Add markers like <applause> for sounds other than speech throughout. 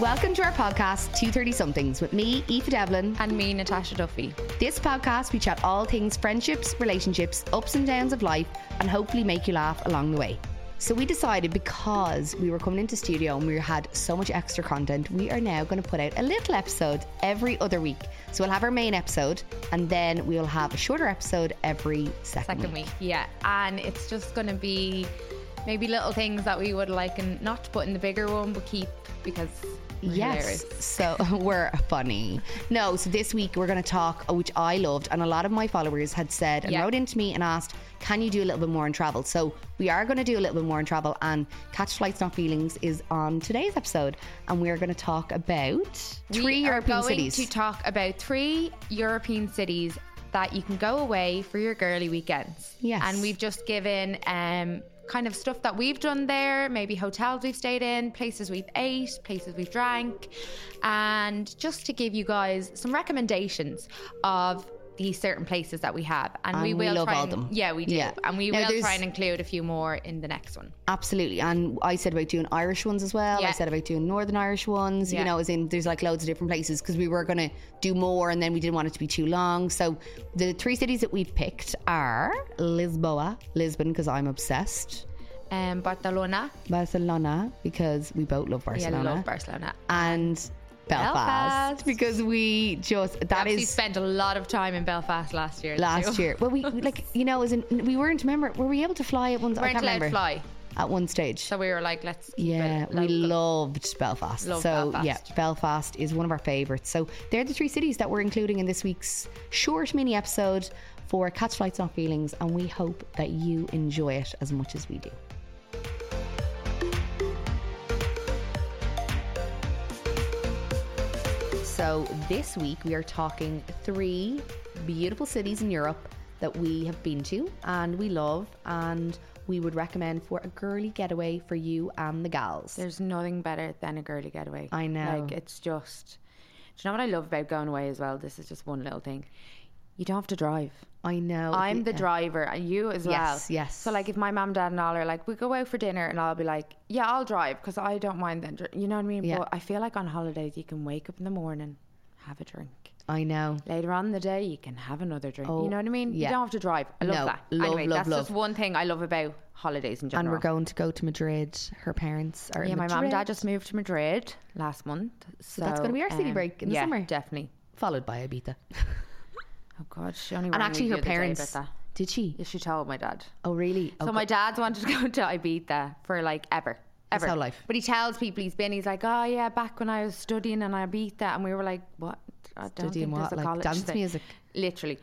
Welcome to our podcast, 230 Somethings, with me, Aoife Devlin. And me, Natasha Duffy. This podcast, we chat all things friendships, relationships, ups and downs of life, and hopefully make you laugh along the way. So we decided because we were coming into studio and we had so much extra content, we are now going to put out a little episode every other week. So we'll have our main episode and then we'll have a shorter episode every second, Second week, yeah. And it's just going to be maybe little things that we would like and not to put in the bigger one, but keep because we're Yes. hilarious. So <laughs> we're funny. No, so this week we're going to talk, uh, which I loved, and a lot of my followers had said and Yeah. wrote into me and asked, can you do a little bit more on travel? So we are going to do a little bit more on travel, and Catch Flights Not Feelings is on today's episode, and we are going to talk about We three are European going cities. to talk about three European cities that you can go away for your girly weekends. Yes. And we've just given um, kind of stuff that we've done there, maybe hotels we've stayed in, places we've ate, places we've drank, and just to give you guys some recommendations of these certain places that we have. And, And we we will love try all and, them. Yeah, we do. Yeah. And we Now, will there's- try and include a few more in the next one. Absolutely. And I said about doing Irish ones as well. I Yeah. said about doing Northern Irish ones, you Yeah. know, as in there's like loads of different places because we were going to do more and then we didn't want it to be too long. So the three cities that we've picked are Lisboa, Lisbon, because I'm obsessed, Um, Barcelona. Barcelona, because we both love Yeah, I Barcelona, love Barcelona. and Belfast, Belfast. because we just, that Obviously is. spent a lot of time in Belfast last year. Last too. year, well, we like you know, as in we weren't. Remember, were we able to fly at one? I weren't can't allowed remember to fly, at one stage. so we were like, let's keep Yeah, it we local. loved Belfast. Love so Belfast. yeah, Belfast is one of our favourites. So they're the three cities that we're including in this week's short mini episode for Catch Flights Not Feelings, and we hope that you enjoy it as much as we do. So this week we are talking three beautiful cities in Europe that we have been to and we love and we would recommend for a girly getaway for you and the gals. There's nothing better than a girly getaway. I know. Like it's just. Do you know what I love about going away as well? This is just one little thing. You don't have to drive. I know. I'm the driver, and you as well. Yes, yes. So like, if my mum, dad, and all are like, we go out for dinner, and I'll be like, yeah, I'll drive because I don't mind then. dri-" You know what I mean? Yeah. But I feel like on holidays you can wake up in the morning, have a drink. I know. Later on in the day, you can have another drink. Oh, you know what I mean? yeah. You don't have to drive. I love No, that. love, anyway, love, that's just love. one thing I love about holidays in And general. we're going to go to Madrid. Her parents are in yeah, my mum and dad Madrid, just moved to Madrid last month. So, that's gonna be our city break in the yeah, summer. Definitely. followed by Ibiza. Oh God, she only and rang actually, me the her other day about parents. that. Did she? Yeah, she told my dad. Oh, really? So my dad's wanted to go <laughs> to Ibiza for like ever. That's Ever. how life- But he tells people he's been. He's like, oh yeah, back when I was studying in Ibiza, and we were like, what? I don't Studying think what? there's a Like college dance thing. music? Literally.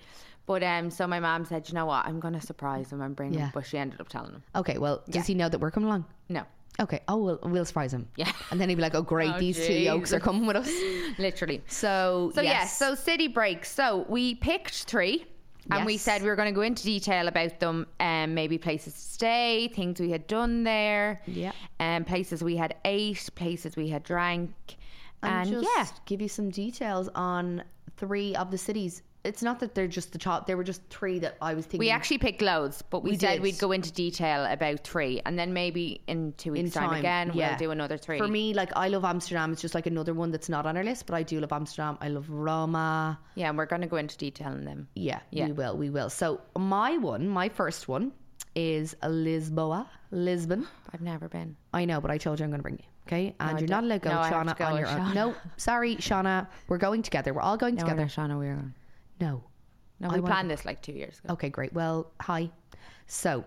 But um, so my mom said, you know what? I'm gonna surprise him and bring Yeah. him. But she ended up telling him, Okay, well, does he know that we're coming along? no. Okay. Oh, we'll, we'll surprise him. Yeah. <laughs> And then he'd be like, oh, great, Oh, these two yokes are Jesus. coming with us. Literally. So, So yes. yes, so city breaks. So we picked three. And we Yes. said we were going to go into detail about them, um, maybe places to stay, things we had done there, Yeah. um, places we had ate, places we had drank, and and, just yeah, give you some details on three of the cities. It's not that they're just the top, they were just three that I was thinking. we actually picked loads, but we, We said did. we'd go into detail about three, and then maybe in two weeks' in time, time again yeah. we'll do another three. For me, like I love Amsterdam. It's just like another one that's not on our list, but I do love Amsterdam. I love Roma. yeah, and we're going to go into detail in them. Yeah, Yeah. we will. We will. So my one, my first one, is Lisboa, Lisbon. I've never been. I know, but I told you I'm going to bring you. Okay, and I you're not don't- allowed to go, No, I have Shauna, to go on with your own. Shauna. No, sorry, Shauna. We're going together. We're all going No, together. we're not, Shauna, we're on. No. No, I we Oh, wanna planned this like two years ago. Okay, great. Well, hi. So,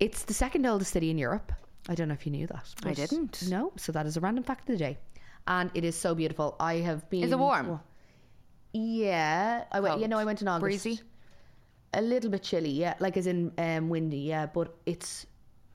it's the second oldest city in Europe. I don't know if you knew that. I but didn't. No. So that is a random fact of the day, and it is so beautiful. I have been. Is it warm? Yeah, I went. You Cold. know, I went in August. Breezy? A little bit chilly, yeah, like as in um, windy, yeah. But it's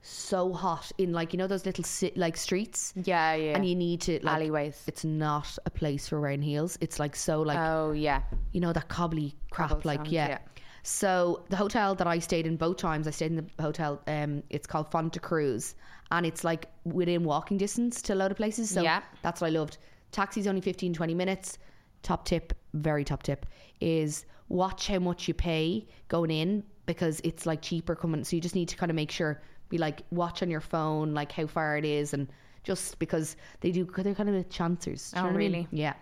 so hot in like you know those little si- like streets, Yeah, yeah. and you need to like, Alleyways. It's not a place for wearing heels. It's like so like oh yeah. you know that cobbly crap Cobbled like stones, yeah. yeah. so the hotel that i stayed in both times i stayed in the hotel um it's called fonta cruz and it's like within walking distance to a load of places so Yeah. that's what i loved taxi's only 15 20 minutes top tip very top tip is watch how much you pay going in because it's like cheaper coming so you just need to kind of make sure be like watch on your phone like how far it is and just because they do they're kind of a chancers. do you Oh, know what I mean? really? Yeah.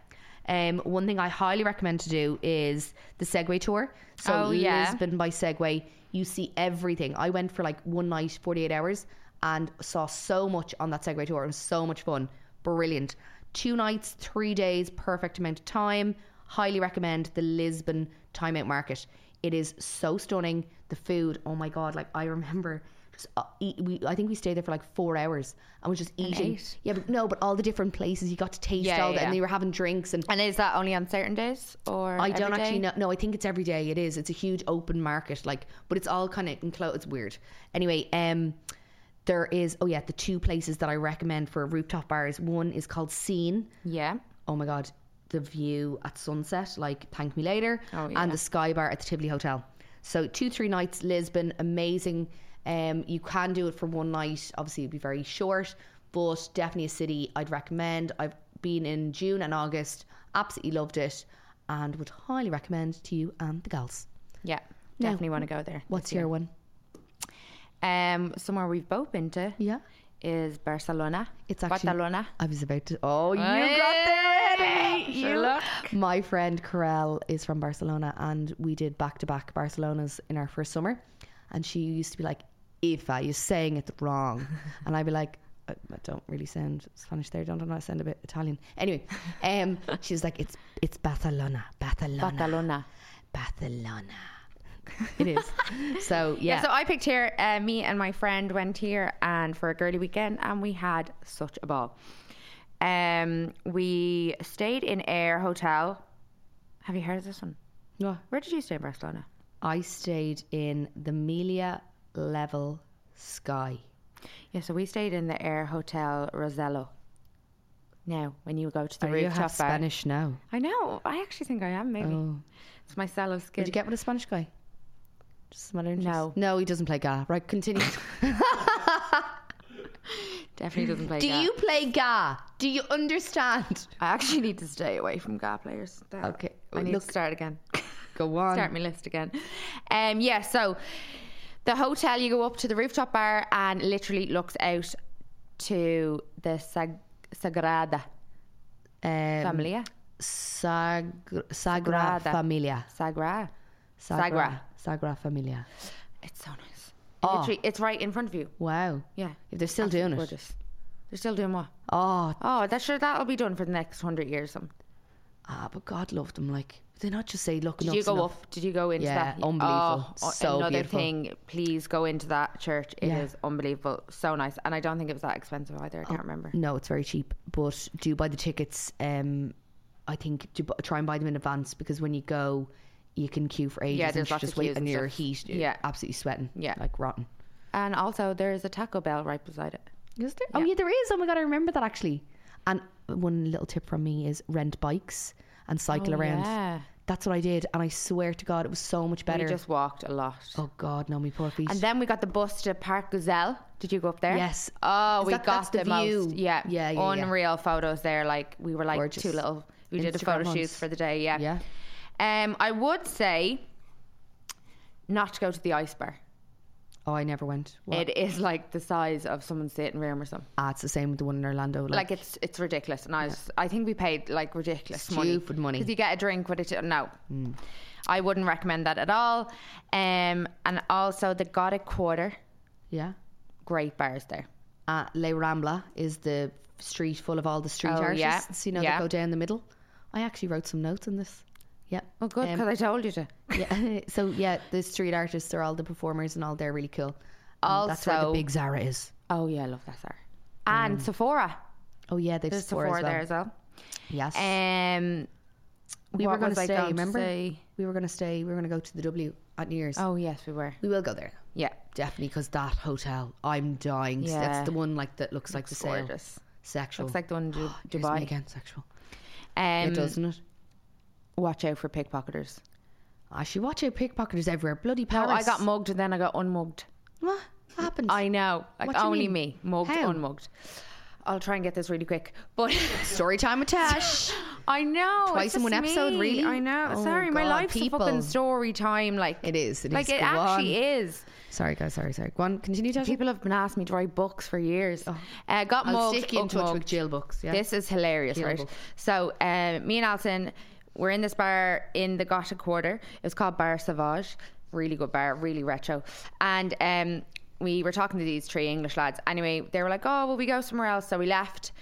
Um, one thing I highly recommend to do is the Segway tour. So Oh, yeah. Lisbon by Segway, you see everything. I went for like one night, forty eight hours, and saw so much on that Segway tour. It was so much fun, brilliant. Two nights, three days, perfect amount of time. Highly recommend the Lisbon Time Out Market. It is so stunning. The food, oh my god! Like I remember, just uh, eat, we, I think we stayed there for like four hours and was just eating. ate. Yeah, but no, but all the different places you got to taste Yeah, all that, yeah, yeah. and they were having drinks and And is that only on certain days or I don't every day? actually know. No, I think it's every day. It is. It's a huge open market, like, but it's all kind of enclosed. It's weird. Anyway, um, there is. Oh yeah, the two places that I recommend for rooftop bars. One is called Scene. Yeah. Oh my god, the view at sunset. Like, thank me later. Oh, yeah. And the Sky Bar at the Tivoli Hotel. So two, three nights, Lisbon, amazing. Um, you can do it for one night. Obviously, it'd be very short, but definitely a city I'd recommend. I've been in June and August, absolutely loved it, and would highly recommend to you and the girls. Yeah. No. Definitely want to go there. What's your one? Um, somewhere we've both been to Yeah, is Barcelona. It's actually- Barcelona. I was about to. Oh, you got there, Eddie. You- My friend Corel is from Barcelona, and we did back to back Barcelonas in our first summer. And she used to be like, Eva, you're saying it <laughs> wrong. and I'd be like, I I don't really sound Spanish there, don't I? I sound a bit Italian. <laughs> Anyway, um, she was like, it's it's Barcelona, Barcelona, Barcelona. Barcelona. It <laughs> is. So, yeah. Yeah. So I picked here. Uh, me and my friend went here and for a girly weekend, and we had such a ball. Um, we stayed in Air Hotel. Have you heard of this one? No, Where did you stay in Barcelona? I stayed in the Melia Level Sky. Yeah, so we stayed in the Air Hotel Rosello. Now, when you go to the Are Oh, you rooftop half bar, Spanish now? I know. I actually think I am. Maybe Oh. it's my cello skin. Did you get with a Spanish guy? Just some other interest. No. No, he doesn't play ga. Right, <laughs> continue. Definitely <laughs> doesn't play. Do Ga. you play ga? Do you understand? I actually need to stay away from Ga players. Damn. Okay, I need look- to start again. <laughs> Go on. start my list again. Um, yeah, so the hotel, you go up to the rooftop bar and literally looks out to the Sag- Sagrada Um, Familia. Sag- Sagra Sagrada. Familia. Sagra. Sagra. Sagra Familia. It's so nice. Oh. Literally, it's right in front of you. Wow. Yeah. If they're still doing it. Gorgeous. They're still doing what? Oh, Oh, that sure that'll be done for the next hundred years. Um, or Something. ah, but God love them. Like, they not just say, look, Did enough's you go enough. up? Did you go into Yeah, that? unbelievable. Oh, So another beautiful. thing. Please go into that church. It is Yeah. unbelievable. So nice, and I don't think it was that expensive either. I Oh. can't remember. No, it's very cheap, but do buy the tickets. Um, I think do bu- try and buy them in advance because when you go, you can queue for ages. Yeah, and there's you lots just of wait queues and and you're stuff. heat, Yeah. absolutely sweating, Yeah. like rotten. And also, there is a Taco Bell right beside it. Is there? Oh yeah, there is. Oh my god, I remember that actually. And one little tip from me is rent bikes and cycle around. Yeah. That's what I did, and I swear to God, it was so much better. We just walked a lot. oh God, no, me poor feet. And then we got the bus to Park Gazelle. Did you go up there? Yes. Oh, Is we that- that's got the the, view? most. Yeah. Yeah, yeah, yeah. Unreal photos there. Like we were like Gorgeous. two little. We did a Instagram photo ones. shoot for the day. Yeah. yeah, Um, I would say not to go to the ice bar. oh, I never went. What? It is like the size of someone's sitting room or something. ah, it's the same with the one in Orlando. Like, Like it's it's ridiculous, and I was, I think we paid like ridiculous Stupid money. because you get a drink with it. No, I wouldn't recommend that at all. Um, and also the Gothic Quarter, yeah. great bars there. uh, Le Rambla is the street full of all the street Oh, artists. yeah. You know, Yeah. that go down the middle. I actually wrote some notes on this. Yeah. Oh, good Um, because I told you to. yeah. <laughs> so yeah, the street artists are all the performers and all. They're really cool. And that's where the <coughs> Also- big Zara is. Oh yeah, I love that Sarah. And Sephora, Oh yeah, they've there's Sephora, Sephora as well. there as well. Yes. Um, we were what going was to I stay. going to remember, say? we were going to stay. We were going to go to the W at New Year's. Oh yes, we were. We will go there Yeah, definitely because that hotel. I'm dying. Yeah. Yeah. That's the one like that looks like the sale. gorgeous. Sexual. Looks like the <gasps> one in Ju- Here's me Dubai. again. Sexual. Um, it doesn't it? Watch out for pickpocketers. Actually, watch out, pickpocketers everywhere. Bloody No, Paris. I got mugged and then I got unmugged. What happened? I know. Like What do you only mean? me. Mugged, How? unmugged. I'll try and get this really quick. But Story time with Tash. <laughs> I know. it's Twice in just one episode, me. really? I know. Oh, Sorry, my God, life's a people. fucking story time. Like It is, it like is. it Go actually on. is. Sorry, guys. Sorry, sorry. Go on. Continue, Tasha. People have been asking me to write books for years. Uh, got I'll mugged, stick you in up touch mugged. with Jill Books. Yeah. This is hilarious, Deal right? book. So, um, me and Alison were in this bar in the Gotha Quarter. It was called Bar Sauvage. Really good bar, really retro. And um, we were talking to these three English lads. Anyway, they were like, oh, well, we go somewhere else. So we left.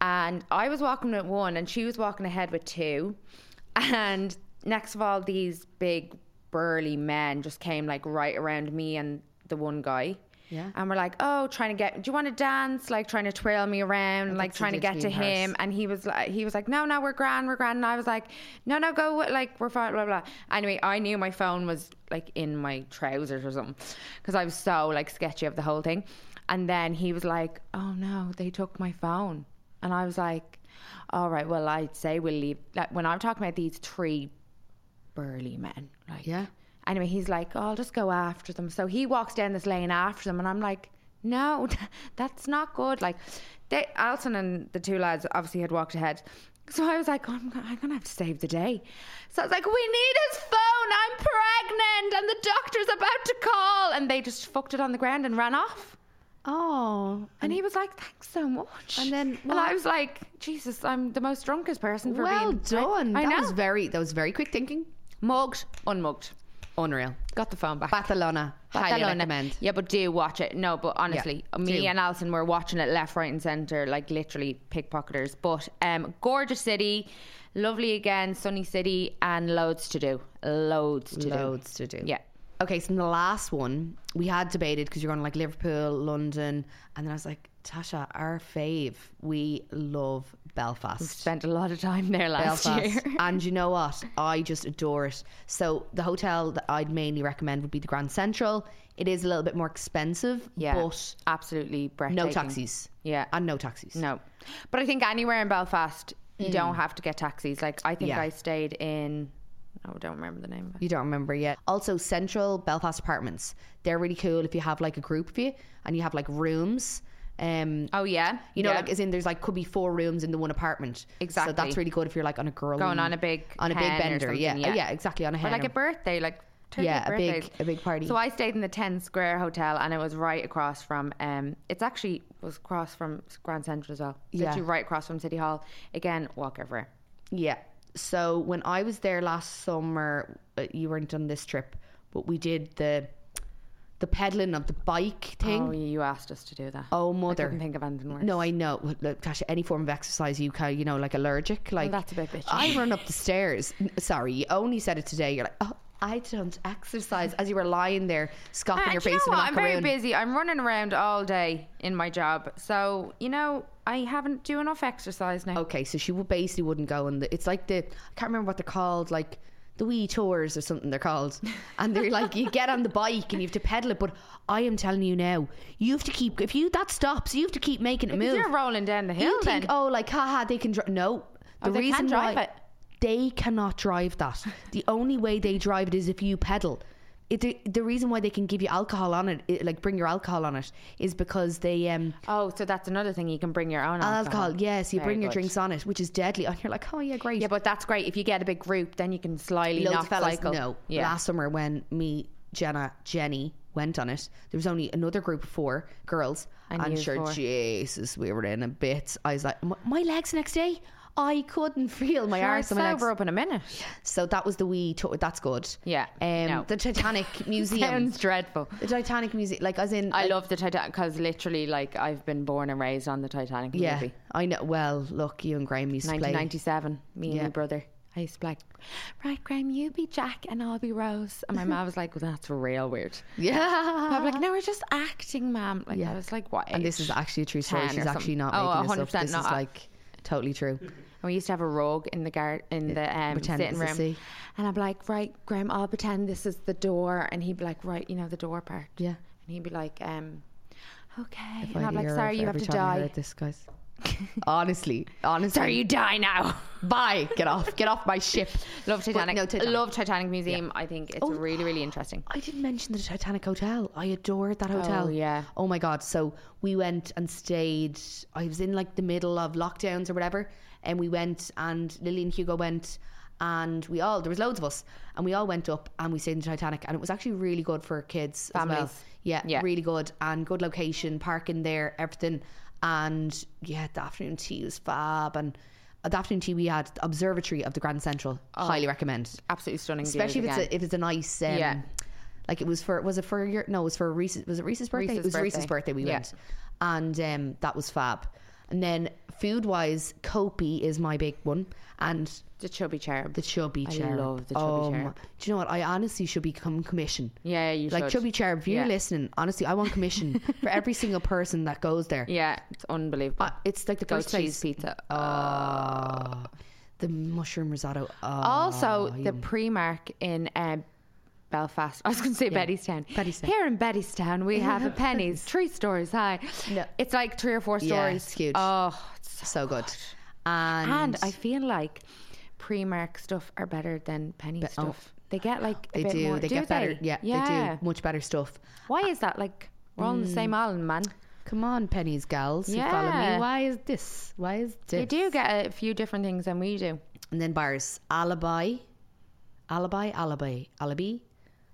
And I was walking with one, and she was walking ahead with two. And next of all, these big, burly men just came like right around me and the one guy. Yeah. And we're like, oh, trying to get, do you want to dance? Like trying to twirl me around, like that's trying to what get they to do in Paris. him. And he was like, he was like, no, no, we're grand, we're grand. And I was like, no, no, go, wi- like we're fine, blah, blah. Anyway, I knew my phone was like in my trousers or something because I was so like sketchy of the whole thing. And then he was like, oh no, they took my phone. And I was like, all right, well, I'd say we'll leave. Like when I'm talking about these three burly men, like Yeah. Anyway, he's like, oh, I'll just go after them. So he walks down this lane after them, and I'm like, no, <laughs> that's not good. Like, they, Alton and the two lads obviously had walked ahead. So I was like, oh, I'm, gonna, I'm gonna have to save the day. So I was like, we need his phone. I'm pregnant, and the doctor's about to call. And they just fucked it on the ground and ran off. Oh, And he was like, "Thanks so much." And then- and I was like, "Jesus, I'm the most drunkest person for well being." done. I, I that know. was very that was very quick thinking. mugged, unmugged. Unreal. Got the phone back. Barcelona. Highly Barcelona. recommend. Yeah, but do watch it. No, but honestly, Yeah, me do. and Alison were watching it left, right, and centre, like literally pickpocketers. But um, gorgeous city, lovely again, sunny city, and loads to do. Loads to Loads to do. do. Yeah. Okay, so in the last one we had debated because you're on like Liverpool, London, and then I was like, Tasha, our fave. We love Belfast. Spent a lot of time there last <laughs> Belfast. year. and you know what? I just adore it. So the hotel that I'd mainly recommend would be the Grand Central. It is a little bit more expensive, Yeah. but absolutely breathtaking. no taxis. Yeah. And no taxis. No. But I think anywhere in Belfast, you don't have to get taxis. Like, I think Mm. Yeah. I stayed in, oh, I don't remember the name of it. You don't remember yet. Also, Central Belfast Apartments. They're really cool if you have like a group of you and you have like rooms. Um, Oh, yeah. you know, Yeah. like as in there's like could be four rooms in the one apartment. Exactly. So that's really good if you're like on a girl Going on a big on a big hen or bender. Yeah. Oh, something, yeah. yeah, exactly on a or hen. like a or- birthday, like 30th Yeah, a birthday. big- a big party. So I stayed in the 10 Square Hotel, and it was right across from. Um, it's actually was across from Grand Central as well. It's Yeah. Literally right across from City Hall. Again, walk everywhere. Yeah. So when I was there last summer, uh, you weren't on this trip, but we did the the pedaling of the bike thing. Oh, you asked us to do that. Oh, I mother. couldn't think of anything worse. No, I know. Well, Look, Tasha, any form of exercise you can, you know, like allergic, like Oh, that's a bit bitchy. I run up the stairs. N- Sorry, you only said it today. You're like, oh, I don't exercise, as you were lying there scoffing Uh, your do you face know in a what? I'm very macaroon. busy. I'm running around all day in my job. So, you know, I haven't do enough exercise now. Okay, so she would basically wouldn't go, and it's like the I can't remember what they're called, like the wee tours or something they're called, and they're like you get on the bike and you have to pedal it. But I am telling you now, you have to keep if you that stops, you have to keep making it Because move. You're rolling down the hill you then. think, oh, like, haha, they can drive. No. The Oh, they reason can't drive why it. they cannot drive <laughs> that. The only way they drive it is if you pedal. It, the, the reason why they can give you alcohol on it, it- like bring your alcohol on it, is because they um Oh, so that's another thing. You can bring your own alcohol. alcohol. Yes, you Very bring your good. drinks on it, which is deadly. And you're like, oh yeah, great. Yeah, but that's great. If you get a big group, then you can slyly Loads not of fellas cycle. know. Yeah. Last summer when me, Jenna, Jenny went on it, there was only another group of four girls. And and you sure, four. Jesus, we were in a bit. I was like, my, my legs next day, I couldn't feel my You're arse and my legs. sober up in a minute. <laughs> So that was the wee. tour. That's good. Yeah, Um, no. the Titanic <laughs> Museum. Sounds dreadful. the Titanic Museum, like as in, I love the Titanic because literally, like, I've been born and raised on the Titanic yeah, movie. I know. Well, look, you and Graham used to play. 1997. Me Yeah. and my brother. I used to be like, right, Graham, you be Jack and I'll be Rose. And my mom was like, well, that's real weird. Yeah. I'm like, no, we're just acting, mom. Like, Yeah. I was like, what? And this age?" is actually a true story. 10 or She's actually something. not Oh, making this up. 100% This not. is like totally true. And we used to have a rug in the gar- in the um, pretend sitting it's a room, sea. and I'm like, right, Graham, I'll pretend this is the door, and he'd be like, right, you know the door part, Yeah. and he'd be like, um, okay, If and I I'm like, hear sorry, of you have every to time I die. heard this, <laughs> guys. honestly, honestly. Sorry, you die now. Bye. Get off. Get off my ship. Love Titanic. Oh, no, Titanic. Love Titanic Museum. I think it's really, really interesting. I didn't mention the Titanic Hotel. I adored that hotel. yeah. Oh my god. So we went and stayed. I was in like the middle of lockdowns or whatever, and we went and Lily and Hugo went and we all there was loads of us and we all went up and we stayed in the Titanic and it was actually really good for kids as well. Families. Yeah, Yeah. really good and good location, parking there, everything. And yeah, the afternoon tea was fab and the afternoon tea we had the observatory of the Grand Central. Oh. Highly recommend. Absolutely stunning. views Especially if it's again. a, if it's a nice um, Yeah. like it was for was it for your no it was for Reese's was it Reese's birthday Reese's it was Reese's birthday. birthday we Yeah. went and um, that was fab and then food wise Kopi is my big one and the chubby cherub. the chubby I cherub Oh love the chubby my- cherub. do you know what I honestly should become commission yeah, you like should. chubby cherub if you're Yeah. listening honestly I want <laughs> commission for every single person that goes there Yeah, it's unbelievable. Uh, it's like the Goat first place cheese pizza. Ah, the mushroom risotto Ah, also, the Primark in um, Belfast. I was going to say Bettystown. Bettystown. Here in Bettystown, we have <laughs> a Penny's, three stories high. No. It's like three or four stories. Yeah, it's huge. Oh, it's so good and, <sighs> And I feel like Primark stuff are better than penny oh. stuff. They get like a They bit do. More, they do get better. Yeah, they do much better stuff. Why is that? Like we're all on the Mm. same island, man. Come on, pennies, gals, who follow Yeah. me. Why is this? Why is this? They do get a few different things than we do. And then bars, alibi, alibi, alibi, alibi.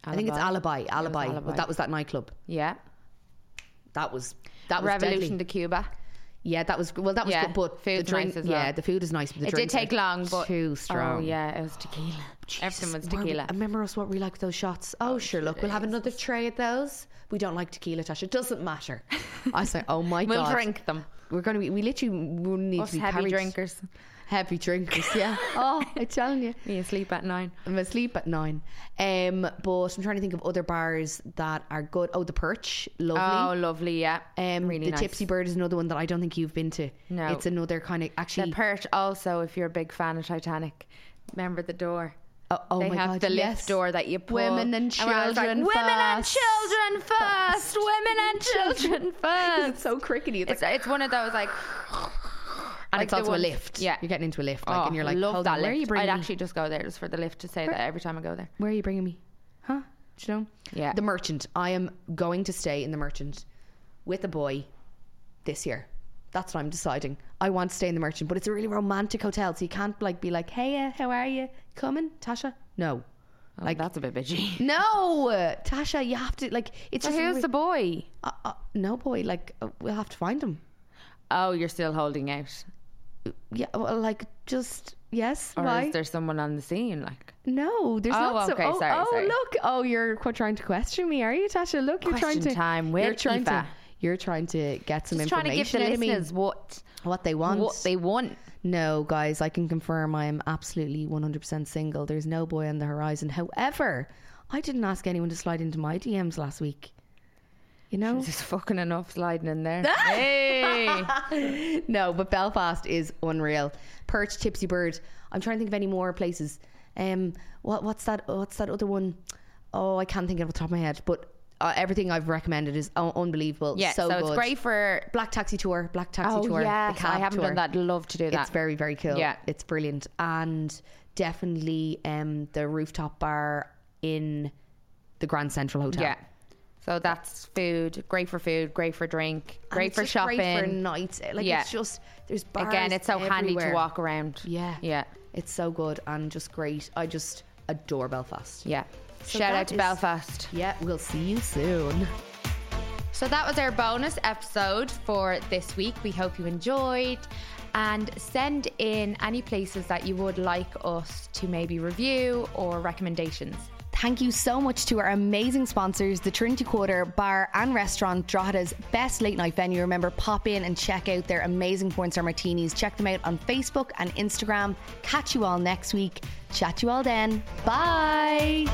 I think it's alibi, alibi. Alibi. But that was that nightclub. Yeah. That was that was Revolution deadly. to Cuba. Yeah, that was well. That was Yeah, good, but the food's drink. nice as well. Yeah, the food is nice. But the It did drinks are take long, but too strong. Oh yeah, it was tequila. Everything was were we- tequila. remember us what we like those shots. Oh, sure. Look, we'll have another tray of those. We don't like tequila, Tasha. It doesn't matter. <laughs> I say, oh my We'll god, drink them. We're gonna be. We literally wouldn't need Us to be heavy carried- drinkers. Heavy drinkers. <laughs> Yeah. <laughs> oh, I'm telling you. Me asleep at nine. I'm asleep at nine. Um, but I'm trying to think of other bars that are good. Oh, the Perch, lovely. Oh, lovely. Yeah. um, really the nice. Tipsy Bird is another one that I don't think you've been to. No. it's another kind of The actually. Perch also, if you're a big fan of Titanic, remember the door. oh, oh they my have God, the lift yes. door that you pull. Women and I was like, children women and first. children first. Women <laughs> and children <laughs> first. It's so crickety. It's It's, it's one of those like, And Like it's the also ones- a lift. yeah. Oh, you're getting into a lift, like, and you're like, love Hold that on, lift. Where are you bringing I'd me? actually just go there just for the lift to say that every time I go there. Where are you bringing me? Huh? Do you know? Yeah. The merchant. I am going to stay in the merchant with a boy this year. That's what I'm deciding. I want to stay in the merchant, but it's a really romantic hotel, so you can't like be like, "Hey, uh, how are you? Coming, Tasha?" No, Like Oh, that's a bit <laughs> bitchy. no, uh, Tasha. You have to like. It's just a Who's re- the boy? uh, uh, no boy. Like uh, we'll have to find him. Oh, you're still holding out, Yeah, well, like just yes. or why? is there someone on the scene? Like No, there's Oh, not. okay, so, oh, sorry, oh sorry. look. Oh, you're qu- trying to question me, are you, Tasha? Look, you're trying Question to time with you're trying Aoife. to you're trying to get some just trying information to give the out of me, listeners what what they want. what they want. no, guys, I can confirm I am absolutely 100% single. There's no boy on the horizon. However, I didn't ask anyone to slide into my DMs last week. You know, There's fucking enough sliding in <laughs> there. hey, <laughs> <laughs> no, but Belfast is unreal. Perch, Tipsy Bird. I'm trying to think of any more places. Um, what what's that? What's that other one? Oh, I can't think of it off the top of my head. But uh, everything I've recommended is un- unbelievable. yeah. So, so, good. it's great for. Black taxi tour, black taxi oh tour. the yeah, I cab haven't tour. done that. Love to do that. It's very very cool. Yeah. it's brilliant and definitely um the rooftop bar in the Grand Central Hotel. Yeah. So that's food, great for food, great for drink, And great it's for just Great for shopping. nights. Like Yeah. it's just there's bars Again, it's so handy to everywhere. walk around. Yeah. Yeah. It's so good and just great. I just adore Belfast. Yeah. So Shout out that to is- Belfast. Yeah, we'll see you soon. So that was our bonus episode for this week. We hope you enjoyed. And send in any places that you would like us to maybe review or recommendations. Thank you so much to our amazing sponsors, the Trinity Quarter Bar and Restaurant, Drogheda's best late night venue. Remember, pop in and check out their amazing porn star martinis. Check them out on Facebook and Instagram. Catch you all next week. Chat you all then. Bye.